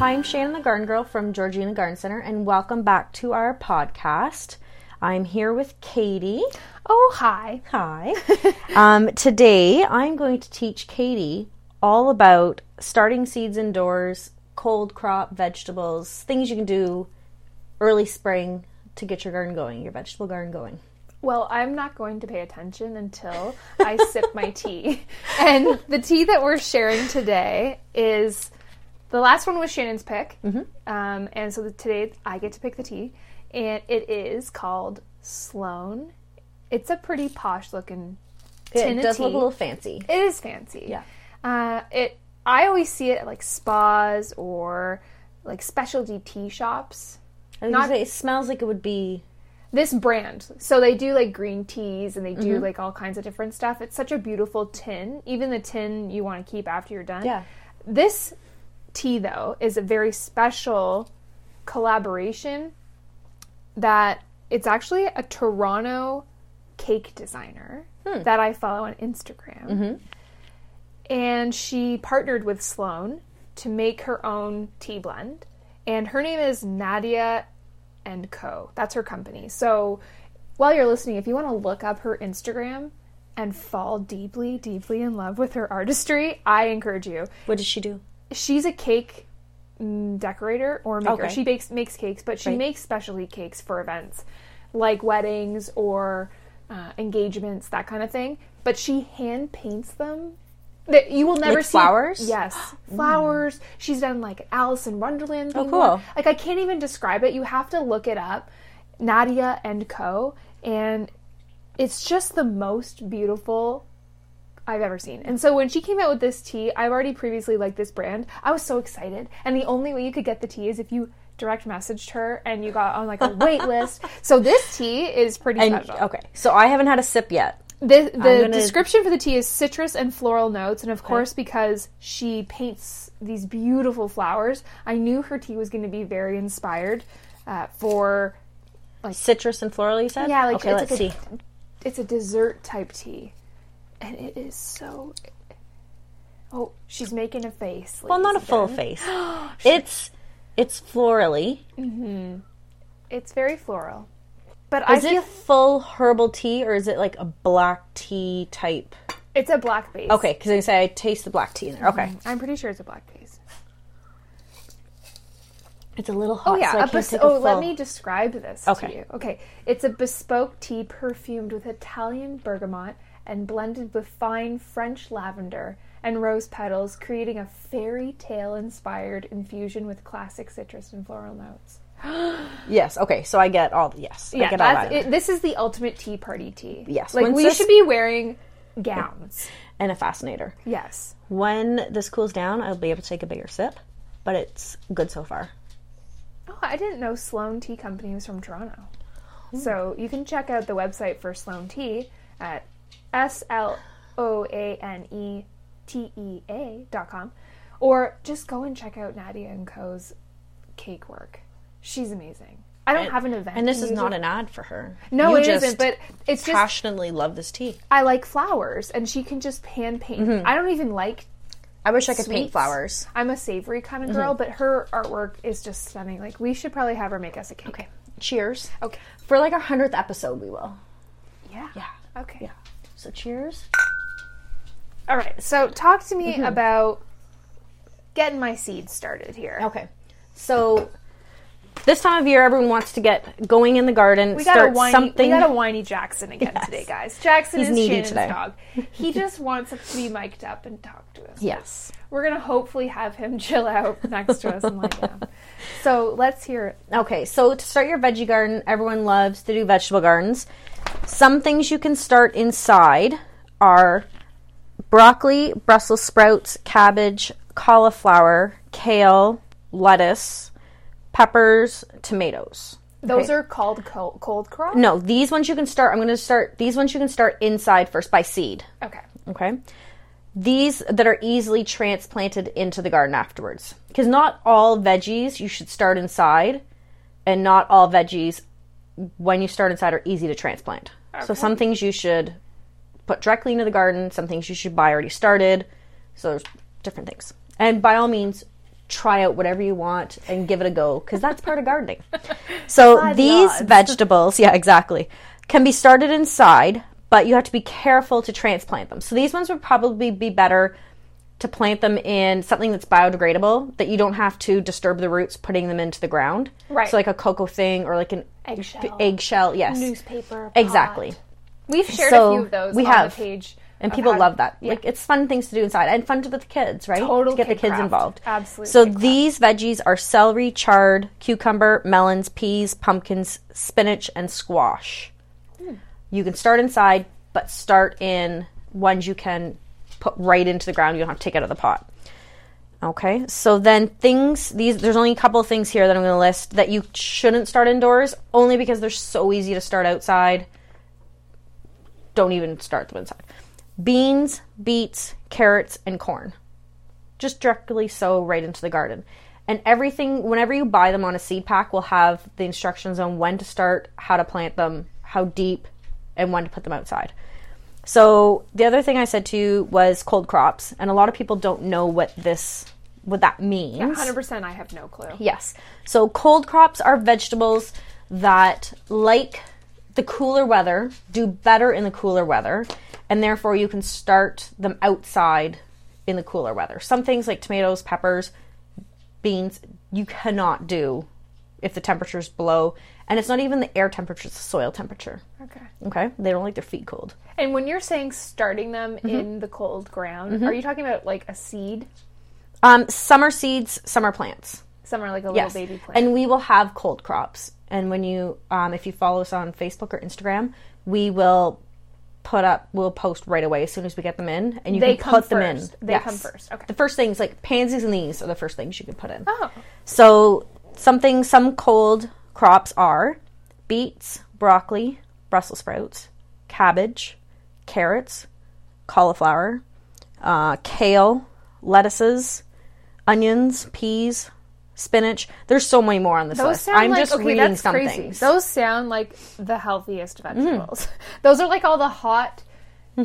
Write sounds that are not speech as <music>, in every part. I'm Shannon the Garden Girl from Georgina Garden Center, and welcome back to our podcast. I'm here with Katie. Oh, hi. <laughs> Hi. um, today, I'm going to teach Katie all about starting seeds indoors, cold crop vegetables, things you can do early spring to get your garden going, your vegetable garden going. Well, I'm not going to pay attention until I sip <laughs> my tea. And the tea that we're sharing today is the last one was Shannon's pick. Mm-hmm. Um, and so today I get to pick the tea. And it is called Sloan. It's a pretty posh looking it tin of does look a tea. little fancy. It is fancy. Yeah. Uh, it. I always see it at like spas or like specialty tea shops. I was Not- gonna say, it smells like it would be This brand. So they do like green teas and they do like all kinds of different stuff. It's such a beautiful tin. Even the tin you want to keep after you're done. Yeah. This tea though is a very special collaboration that it's actually a Toronto cake designer that I follow on Instagram. And she partnered with Sloan to make her own tea blend. And her name is Nadia and Co. That's her company. So while you're listening, if you want to look up her Instagram and fall deeply, deeply in love with her artistry, I encourage you what does she do? she's a cake mm, decorator or maker. Okay. She bakes makes cakes, but she Right. makes specialty cakes for events like weddings or uh, engagements, that kind of thing. But she hand paints them. That you will never Like see flowers? <gasps> Mm. Yes, flowers. She's done like Alice in Wonderland. Thing Oh, cool. one. Like I can't even describe it. You have to look it up. Nadia and Co. And it's just the most beautiful I've ever seen. And so when she came out with this tea, I've already previously liked this brand. I was so excited. And the only way you could get the tea is if you direct messaged her and you got on like a <laughs> wait list. So this tea is pretty And special. okay, so I haven't had a sip yet. The, the gonna- description for the tea is citrus and floral notes, and of course, because she paints these beautiful flowers, I knew her tea was going to be very inspired uh, for Citrus and floral, you said? Yeah, like, okay, let's it's like a- see. it's a dessert type tea, and it is so. Oh, she's making a face. Well, not a ladies full <gasps> and face. it's it's florally. gen- It's very floral, but I Is feel it full herbal tea or is it like a black tea type? it's a black base. Okay, because I say I taste the black tea in there. Okay, I'm pretty sure it's a black base. it's a little hot. Oh yeah, so I a can't bes- take a oh let full- me describe this Okay. to you. Okay, it's a bespoke tea perfumed with Italian bergamot and blended with fine French lavender and rose petals, creating a fairy tale inspired infusion with classic citrus and floral notes. Yes. Okay, so I get all. Yes, I Yeah, get all that's, that. it, this is the ultimate tea party tea. Yes, like once we this- should be wearing gowns. And a fascinator. yes, When this cools down, I'll be able to take a bigger sip, but it's good so far. Oh, I didn't know Sloan Tea Company was from Toronto. Hmm. So you can check out the website for Sloan Tea at S L O A N E T E A dot com. Or just go and check out Nadia and Co.'s cake work. She's amazing. I don't have an event. And this is usually- not an ad for her. No, You it just not but it's just passionately love this tea. I like flowers and she can just hand paint. Mm-hmm. I don't even like I wish I could paint sweets. flowers. I'm a savory kind Mm-hmm. of girl, but her artwork is just stunning. Like we should probably have her make us a cake. Okay. Cheers. Okay. For like our hundredth episode, we will. Yeah. Yeah. Okay. Yeah. So cheers. All right. So talk to Mm-hmm. me about getting my seeds started here. Okay. So this time of year, everyone wants to get going in the garden, We got a start whiny, something. we got a whiny Jackson again Yes. today, guys. Jackson He's is needy Shannon's today. <laughs> dog. He just wants us to be mic'd up and talk to us. yes. We're gonna hopefully have him <laughs> chill out next to us and lie down. So let's hear it. Okay. So to start your veggie garden, everyone loves to do vegetable gardens. Some things you can start inside are broccoli, Brussels sprouts, cabbage, cauliflower, kale, lettuce, peppers, tomatoes. Those Okay. Mm. are called cold, cold crop. No, these ones you can start. I'm going to start these ones you can start inside first by seed. Okay. Okay. These that are easily transplanted into the garden afterwards. Because not all veggies you should start inside, and not all veggies when you start inside are easy to transplant. So some things you should put directly into the garden, some things you should buy already started. So there's different things. And by all means, try out whatever you want and give it a go because that's part of gardening. So Five these yards. <laughs> vegetables, yeah, exactly, can be started inside, but you have to be careful to transplant them. So these ones would probably be better to plant them in something that's biodegradable that you don't have to disturb the roots putting them into the ground. Right. Oh. So like a cocoa thing or like an Eggshell. eggshell, yes. Newspaper. Exactly. pot. We've shared a So, few of those we on have. the page. And of people how- love that. Yeah. Like it's fun things to do inside and fun to the kids, right? Total to get the kid kids craft. involved. Absolute So kid craft. these veggies are celery, chard, cucumber, melons, peas, pumpkins, spinach, and squash. Hmm. You can start inside, but start in ones you can put right into the ground. You don't have to take out of the pot. Okay. So then things these there's only a couple of things here that I'm going to list that you shouldn't start indoors only because they're so easy to start outside. Don't even start them inside. Beans, beets, carrots, and corn. Just directly sow right into the garden. And everything whenever you buy them on a seed pack will have the instructions on when to start, how to plant them, how deep, and when to put them outside. So the other thing I said to you was cold crops, and a lot of people don't know what this what that means. 100%. I have no clue. Yes. So cold crops are vegetables that like the cooler weather, do better in the cooler weather, and therefore you can start them outside in the cooler weather. Some things like tomatoes, peppers, beans, you cannot do if the temperature's below and it's not even the air temperature, it's the soil temperature. Okay. Okay? They don't like their feet cold. And when you're saying starting them Mm-hmm. in the cold ground, are you talking about like a seed? Um, summer seeds, summer plants. Some are like a Yes. little baby plant. And we will have cold crops. And when you, um, if you follow us on Facebook or Instagram, we will put up, we'll post right away as soon as we get them in. And you They can come put them first. in. They come first. Okay. The first things, like pansies and these, are the first things you can put in. oh, So, something, some cold crops are beets, broccoli, Brussels sprouts, cabbage, carrots, cauliflower, uh, kale, lettuces, onions, peas, spinach. There's so many more on this those list. sound I'm like just okay, reading Mm. that's some crazy. things. Those sound like the healthiest vegetables. <laughs> those are like all the hot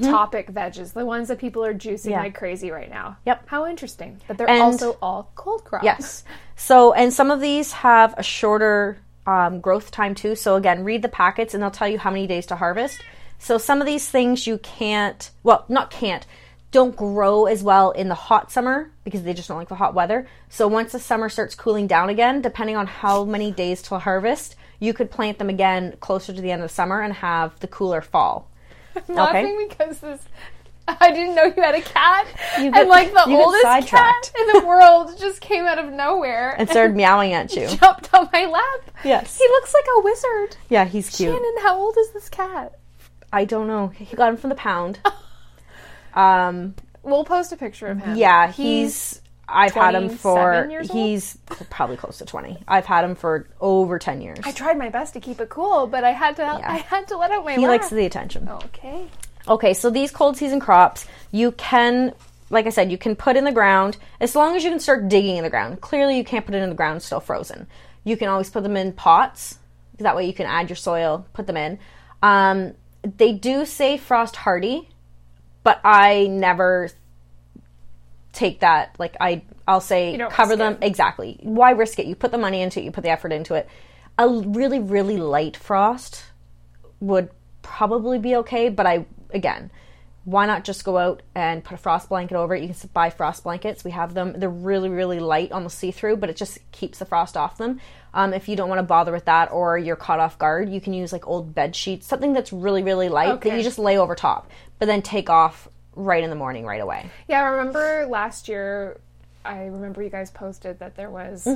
topic veggies, the ones that people are juicing Mm-hmm. Yeah. like crazy right now. Yep. How interesting. But they're And- also all cold crops. Yes. So, and some of these have a shorter um, growth time too. So, again, read the packets and they'll tell you how many days to harvest. So, some of these things you can't, well, not can't, don't grow as well in the hot summer because they just don't like the hot weather. So, once the summer starts cooling down again, depending on how many days to harvest, you could plant them again closer to the end of the summer and have the cooler fall. I'm laughing because this. I didn't know you had a cat, and get- like the you get oldest cat sidetracked. in the world just came out of nowhere And started meowing at you. jumped on my lap. Yes. He looks like a wizard. Yeah, he's cute. Shannon, how old is this cat? I don't know. He got him from the pound. <laughs> Um, We'll post a picture of him. Yeah, he's. I've had him 27 for. years old? He's cl- probably close to twenty. I've had him for over ten years. I tried my best to keep it cool, but I had to. Yeah. I had to let out my. He laugh. likes the attention. Okay. Okay, so these cold season crops, you can, like I said, you can put in the ground as long as you can start digging in the ground. Clearly, you can't put it in the ground it's still frozen. You can always put them in pots. That way, you can add your soil, put them in. Um, they do say frost hardy, but I never take that. Like I, I'll say don't cover risk them exactly. Why risk it? You put the money into it. You put the effort into it. A really, really light frost would probably be okay, but I again, why not just go out and put a frost blanket over it? You can s- buy frost blankets. We have them. They're really, really light, almost see through, but it just keeps the frost off them. Um, if you don't want to bother with that or you're caught off guard, you can use like old bed sheets, something that's really, really light that Okay. you just lay over top, but then take off right in the morning, right away. Yeah, I remember last year. I remember you guys posted that there was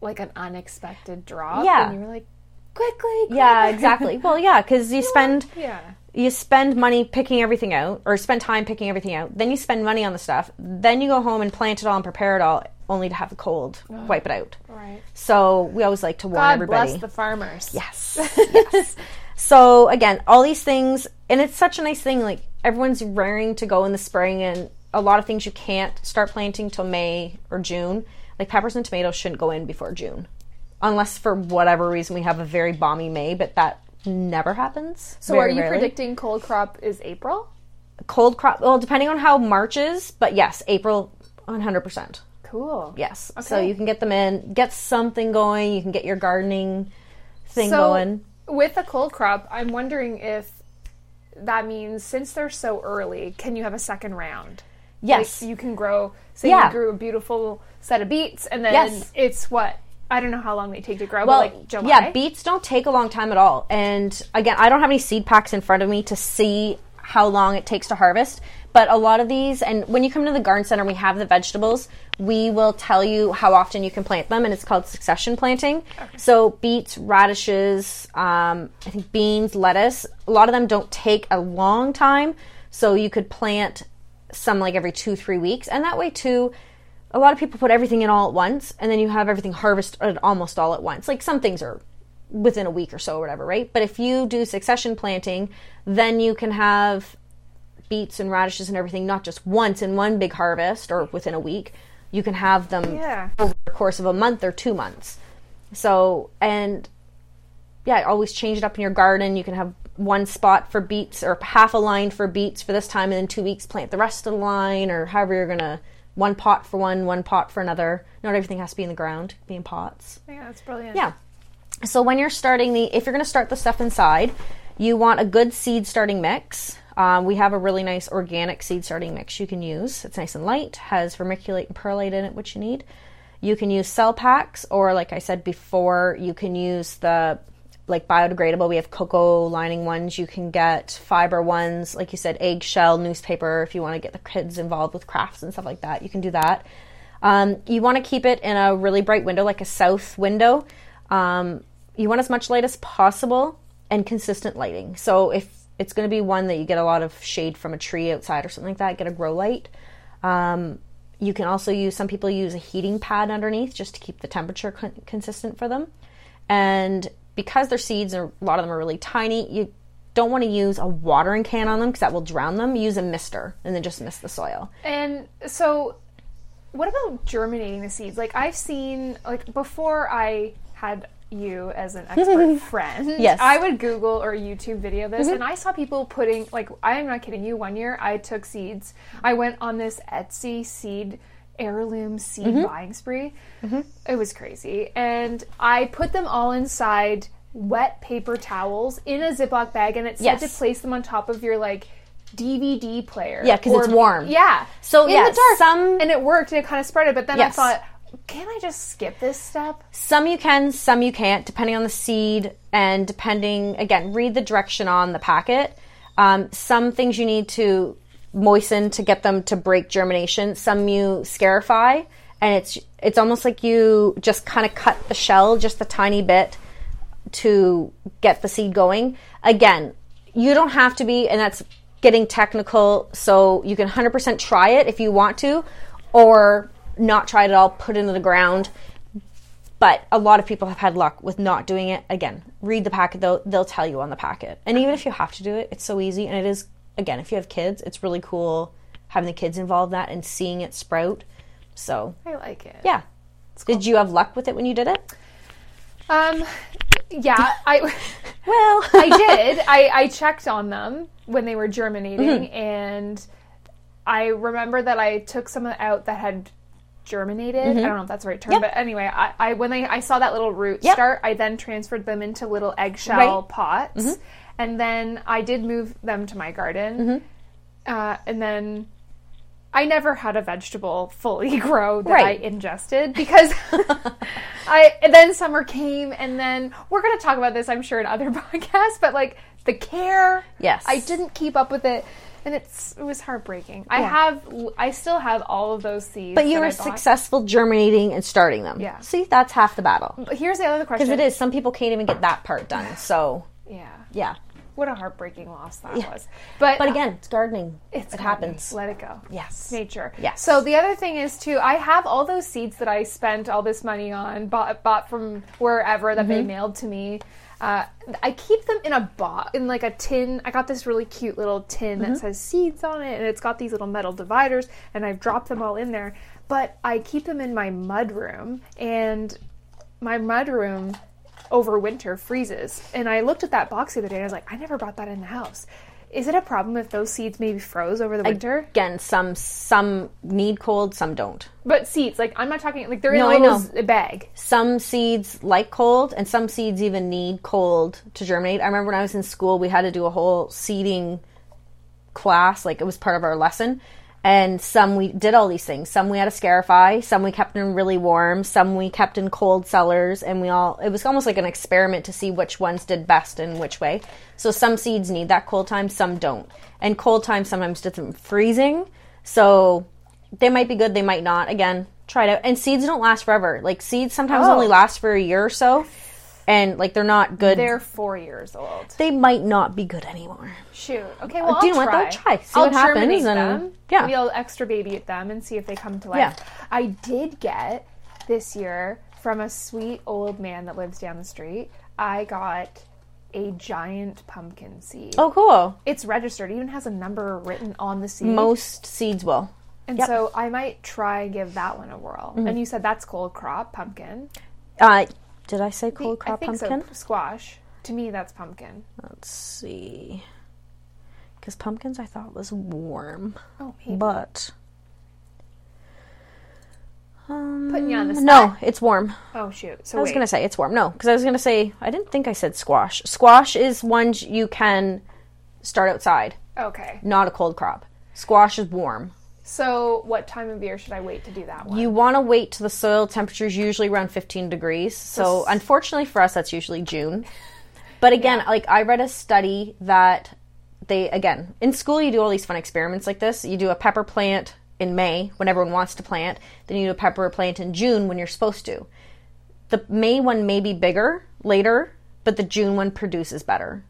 like an unexpected drop. Mm-hmm. Yeah. And you were like, quickly. Yeah, quickly." exactly. well, yeah, because <laughs> you spend Yeah. you spend money picking everything out or spend time picking everything out then you spend money on the stuff then you go home and plant it all and prepare it all only to have the cold wipe it out Right. so we always like to warn God everybody bless the farmers. Yeah. yes <laughs> yes so again all these things and it's such a nice thing like everyone's raring to go in the spring and a lot of things you can't start planting till may or june like peppers and tomatoes shouldn't go in before june unless for whatever reason we have a very balmy may but that never happens So are very you rarely predicting cold crop is April? cold crop well depending on how march is but yes april 100% Cool. Yes. So Okay. you can get them in, get something going. You can get your gardening thing So, going. With a cold crop, I'm wondering if that means since they're so early, can you have a second round? Yes. Like you can grow, say Yeah. you grew a beautiful set of beets, and then Yes. it's what? I don't know how long they take to grow, well, but like July. yeah, beets don't take a long time at all. And again, I don't have any seed packs in front of me to see how long it takes to harvest. But a lot of these, and when you come to the garden center, we have the vegetables. We will tell you how often you can plant them, and it's called succession planting. So beets, radishes, um, I think beans, lettuce. A lot of them don't take a long time, so you could plant some like every two, three weeks, and that way too a lot of people put everything in all at once and then you have everything harvested almost all at once. Like some things are within a week or so or whatever, right? But if you do succession planting, then you can have beets and radishes and everything not just once in one big harvest or within a week. You can have them Yeah. over the course of a month or two months. So, and yeah, always change it up in your garden. You can have one spot for beets or half a line for beets for this time, and then two weeks plant the rest of the line or however you're gonna. One pot for one, one pot for another. Not everything has to be in the ground, be in pots. Yeah, that's brilliant. Yeah. So when you're starting the, if you're going to start the stuff inside, you want a good seed starting mix. Um, we have a really nice organic seed starting mix you can use. It's nice and light, has vermiculate and perlite in it, which you need. You can use cell packs, or like I said before, you can use the like biodegradable. We have cocoa lining ones. You can get fiber ones, like you said, eggshell, newspaper. If you want to get the kids involved with crafts and stuff like that, you can do that. Um, you want to keep it in a really bright window, like a south window. Um, you want as much light as possible and consistent lighting. So if it's going to be one that you get a lot of shade from a tree outside or something like that, get a grow light. Um, you can also use some people use a heating pad underneath just to keep the temperature con- consistent for them. And because they're seeds and a lot of them are really tiny, you don't want to use a watering can on them because that will drown them. Use a mister and then just mist the soil. And so, what about germinating the seeds? Like I've seen, like before I had you <laughs> as an expert friend, Yes. Mm-hmm. I would Google or YouTube video this, and I saw people putting, like, I am not kidding you. One year, I took seeds. I went on this Etsy seed heirloom seed Mm-hmm. buying spree. It was crazy, and I put them all inside wet paper towels in a Ziploc bag, and it said to Yes. place them on top of your like. DVD player. Yeah, 'cause it's or- warm. Yeah. So, in yeah, the dark, some- and it worked and it kind of spread it. But then Yes. I thought, can I just skip this step? Some you can, some you can't, depending on the seed and depending, again, read the direction on the packet. Um, some things you need to moisten to get them to break germination. Some you scarify, and it's it's almost like you just kind of cut the shell just a tiny bit to get the seed going. Again, you don't have to be, and that's getting technical. So you can 100% try it if you want to, or not try it at all, put it into the ground but a lot of people have had luck with not doing it again read the packet though they'll tell you on the packet and even if you have to do it it's so easy and it is again if you have kids it's really cool having the kids involved in that and seeing it sprout so I like it. yeah did you have luck with it when you did it Um, yeah, <laughs> I, well I <laughs> did. I, I checked on them when they were germinating, Mm-hmm. and I remember that I took some out that had germinated. I don't know if that's the right term, Mm-hmm. Yep. but anyway, I, I when I, I saw that little root Yep. start, I then transferred them into little eggshell Right. Mm-hmm. pots, and then I did move them to my garden, Mm-hmm. uh, and then. I never had a vegetable fully <laughs> grow that Right. I ingested because <laughs> I and then summer came and then we're going to talk about this I'm sure in other <laughs> podcasts but like the care Yes. I didn't keep up with it and it's it was heartbreaking. I have I still have all of those seeds but you that were I bought. successful germinating and starting them Yeah. see that's half the battle But here's the other question. because it is some people can't even get that part done so Yeah. yeah What a heartbreaking loss that was. But but again it's gardening It's it gonna be. happens Let it go. Yes. Nature. Yes. So the other thing is too, I have all those seeds that I spent all this money on, bought, bought from wherever that they mailed to me. Uh, I keep them in a box, in like a tin. I got this really cute little tin that says seeds on it, and it's got these little metal dividers, and I've dropped them all in there. But I keep them in my mud room, and my mud room over winter freezes. And I looked at that box the other day and I was like, I never brought that in the house. Is it a problem if those seeds maybe froze over the winter? Again, some some need cold, some don't. But seeds, like I'm not talking like they're No, I in a know. little z- bag. Some seeds like cold, and some seeds even need cold to germinate. I remember when I was in school, we had to do a whole seeding class, like it was part of our lesson. And some we did all these things. Some we had to scarify, some we kept in really warm, some we kept in cold cellars, and we all it was almost like an experiment to see which ones did best and which way. So some seeds need that cold time, some don't. And cold time sometimes does them freezing. So they might be good, they might not. Again, try it out. And seeds don't last forever. Like seeds sometimes Oh. only last for a year or so. And like they're not good. They're four years old. they might not be good anymore. Shoot. Okay. Well, Uh, do you I'll know what, try. though? Try. See I'll what happens germinate and- them. yeah. Maybe I'll extra baby at them and see if they come to life. Yeah. I did get this year from a sweet old man that lives down the street. I got a giant pumpkin seed. Oh cool. It's registered. It even has a number written on the seed. Most seeds will. and yep. Mm-hmm. so I might try and give that one a whirl. And you said that's cold crop pumpkin. Uh, did I say cold crop I think pumpkin? So. Squash. To me, that's pumpkin. Let's see. Because pumpkins I thought was warm, Oh, maybe. but. Um, Putting you on the No, it's warm. oh shoot. So I was wait. going to say it's warm. No, because I was going to say, I didn't think I said squash. Squash is ones you can start outside, Okay. not a cold crop. Squash is warm. So, what time of year should I wait to do that one? You want to wait till the soil temperature is usually around 15 degrees. So, s- unfortunately for us, that's usually June. But again, like I read a study that they, again, in school you do all these fun experiments like this. You do a pepper plant in May when everyone wants to plant, then you do a pepper plant in June when you're supposed to. The May one may be bigger later, but the June one produces better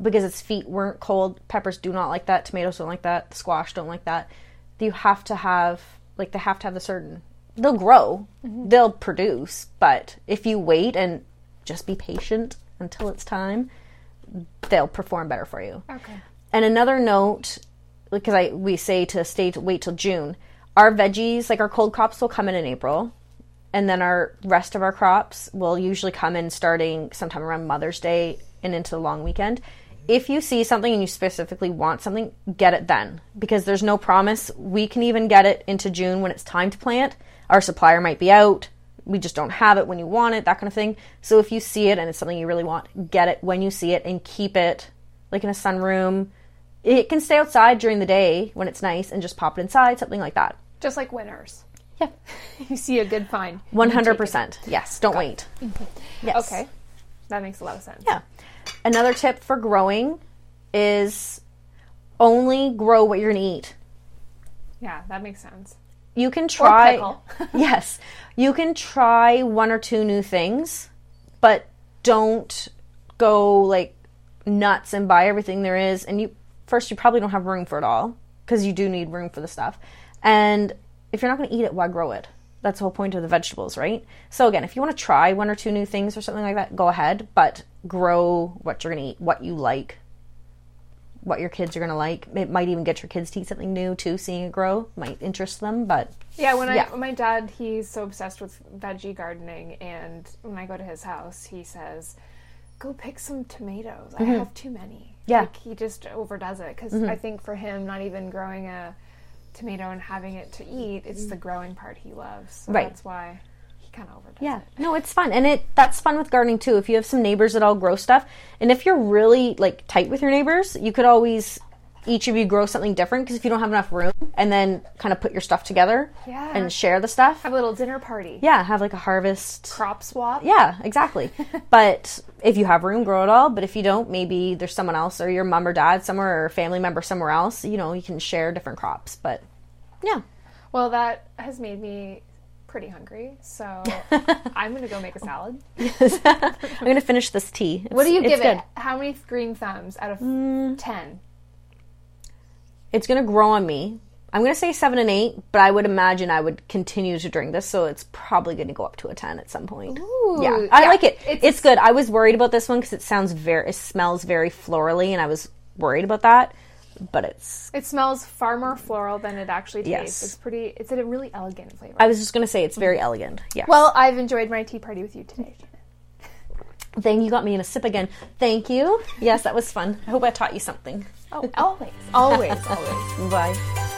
because its feet weren't cold. Peppers do not like that. Tomatoes don't like that. Squash don't like that. You have to have like they have to have the certain. They'll grow. They'll produce, but if you wait and just be patient until it's time, they'll perform better for you. okay. And another note, because I we say to stay to wait till June. Our veggies, like our cold crops, will come in in April, and then our rest of our crops will usually come in starting sometime around Mother's Day and into the long weekend. If you see something and you specifically want something, get it then because there's no promise. We can even get it into June when it's time to plant. Our supplier might be out. We just don't have it when you want it, that kind of thing. So if you see it and it's something you really want, get it when you see it and keep it like in a sunroom. It can stay outside during the day when it's nice and just pop it inside, something like that. Just like winners. Yeah. <laughs> You see a good find. you One take hundred it. Mm-hmm. percent. Yes. Don't wait. Yes. Okay. That makes a lot of sense. Yeah. Another tip for growing is only grow what you're gonna eat. Yeah, that makes sense. You can try. pickle. <laughs> yes. You can try one or two new things, but don't go like nuts and buy everything there is. And you first, you probably don't have room for it all because you do need room for the stuff. And if you're not going to eat it, why grow it? That's the whole point of the vegetables, right? So again, if you want to try one or two new things or something like that, go ahead. But grow what you're going to eat, what you like, what your kids are going to like. It might even get your kids to eat something new too. Seeing it grow might interest them, but Yeah, when I Yeah. my dad, he's so obsessed with veggie gardening and when I go to his house, he says, "Go pick some tomatoes. I have too many." Mm-hmm. Yeah. Mm-hmm. Like he just overdoes it because I think for him not even growing a tomato and having it to eat, it's the growing part he loves. So Right. that's why he kind of overdoes Yeah, it. no, it's fun, and it that's fun with gardening too. If you have some neighbors that all grow stuff, and if you're really like tight with your neighbors, you could always each of you grow something different because if you don't have enough room, and then kind of put your stuff together Yeah. and share the stuff. Have a little dinner party. Yeah, have like a harvest. Crop swap. Yeah, <laughs> exactly. but if you have room, grow it all. But if you don't, maybe there's someone else or your mom or dad somewhere or a family member somewhere else. You know, you can share different crops. But yeah, Well, that has made me pretty hungry, <laughs> so I'm gonna go make a salad. I'm gonna finish this tea. What do you it's give good. it? How many green thumbs out of Mm. ten? it's going to grow on me. I'm going to say seven and eight, but I would imagine I would continue to drink this, so it's probably going to go up to a 10 at some point. Ooh, yeah, I yeah, like it. it's- It's, good. I was worried about this one because it sounds very, it smells very florally, and I was worried about that, but it's, It smells far more floral than it actually Yes. tastes. It's pretty. It's a really elegant flavor. I was just going to say it's very elegant. Yeah. Mm-hmm. well, I've enjoyed my tea party with you today. Shannon. then you got me in a sip again. Thank you. Yes, that was fun. I hope I taught you something. <laughs> Oh, always, always, always. Bye.